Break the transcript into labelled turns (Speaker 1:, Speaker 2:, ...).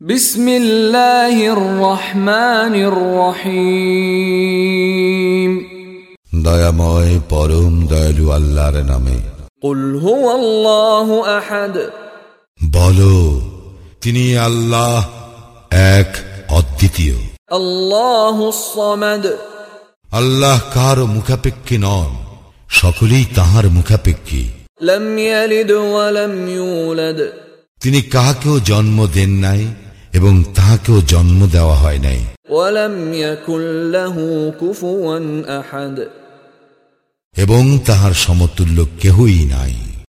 Speaker 1: بسم الله الرحمن الرحيم
Speaker 2: দয়াময় পরম দয়ালু আল্লাহর নামে
Speaker 1: قل هو الله احد
Speaker 2: বলো তিনি আল্লাহ এক অদ্বিতীয়
Speaker 1: الله الصمد
Speaker 2: আল্লাহ কার মুখাপেক্ষী নন সকলেই তাহার মুখাপেক্ষী
Speaker 1: لم يلد ولم يولد
Speaker 2: তিনি কাহাকেও জন্ম দেন নাই এবং তাহাকেও জন্ম দেওয়া হয় নাই
Speaker 1: ولم يكن له كفوا احد
Speaker 2: এবং তাহার সমতুল্য কেহই নাই